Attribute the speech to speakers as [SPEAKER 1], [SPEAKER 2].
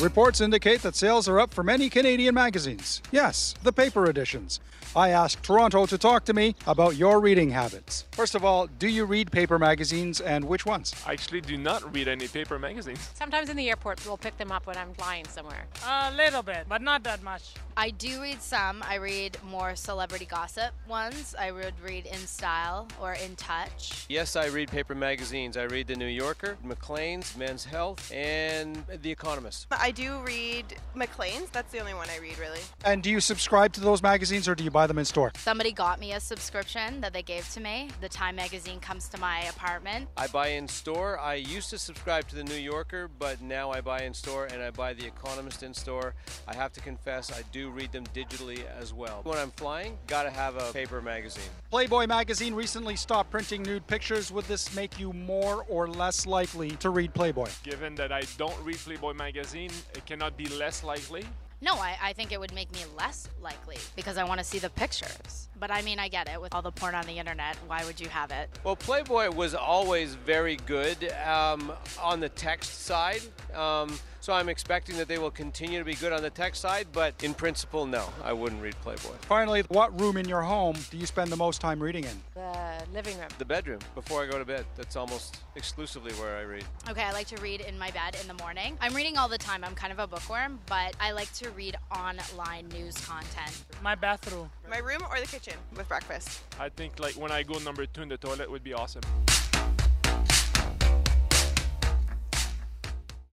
[SPEAKER 1] Reports indicate that sales are up for many Canadian magazines. Yes, the paper editions. I asked Toronto to talk to me about your reading habits. First of all, do you read paper magazines and which ones?
[SPEAKER 2] I actually do not read any paper magazines.
[SPEAKER 3] Sometimes in the airport, we'll pick them up when I'm flying somewhere.
[SPEAKER 4] A little bit, but not that much.
[SPEAKER 5] I do read some. I read more celebrity gossip ones. I would read In Style or In Touch.
[SPEAKER 6] Yes, I read paper magazines. I read The New Yorker, Maclean's, Men's Health, and The Economist.
[SPEAKER 7] I do read Maclean's. That's the only one I read, really.
[SPEAKER 1] And do you subscribe to those magazines or do you buy them in store?
[SPEAKER 5] Somebody got me a subscription that they gave to me. The Time magazine comes to my apartment.
[SPEAKER 6] I buy in store. I used to subscribe to The New Yorker, but now I buy in store and I buy The Economist in store. I have to confess, I do read them digitally as well. When I'm flying, gotta have a paper magazine.
[SPEAKER 1] Playboy magazine recently stopped printing nude pictures. Would this make you more or less likely to read Playboy?
[SPEAKER 2] Given that I don't read Playboy magazine, it cannot be less likely.
[SPEAKER 5] No, I, I think it would make me less likely because I want to see the pictures. But I mean, I get it. With all the porn on the internet, why would you have it?
[SPEAKER 6] Well, Playboy was always very good um, on the text side. Um, so I'm expecting that they will continue to be good on the tech side, but in principle, no, I wouldn't read Playboy.
[SPEAKER 1] Finally, what room in your home do you spend the most time reading in?
[SPEAKER 3] The living room.
[SPEAKER 6] The bedroom, before I go to bed. That's almost exclusively where I read.
[SPEAKER 5] Okay, I like to read in my bed in the morning. I'm reading all the time. I'm kind of a bookworm, but I like to read online news content.
[SPEAKER 4] My bathroom.
[SPEAKER 7] My room or the kitchen with breakfast.
[SPEAKER 2] I think like when I go number two in the toilet would be awesome.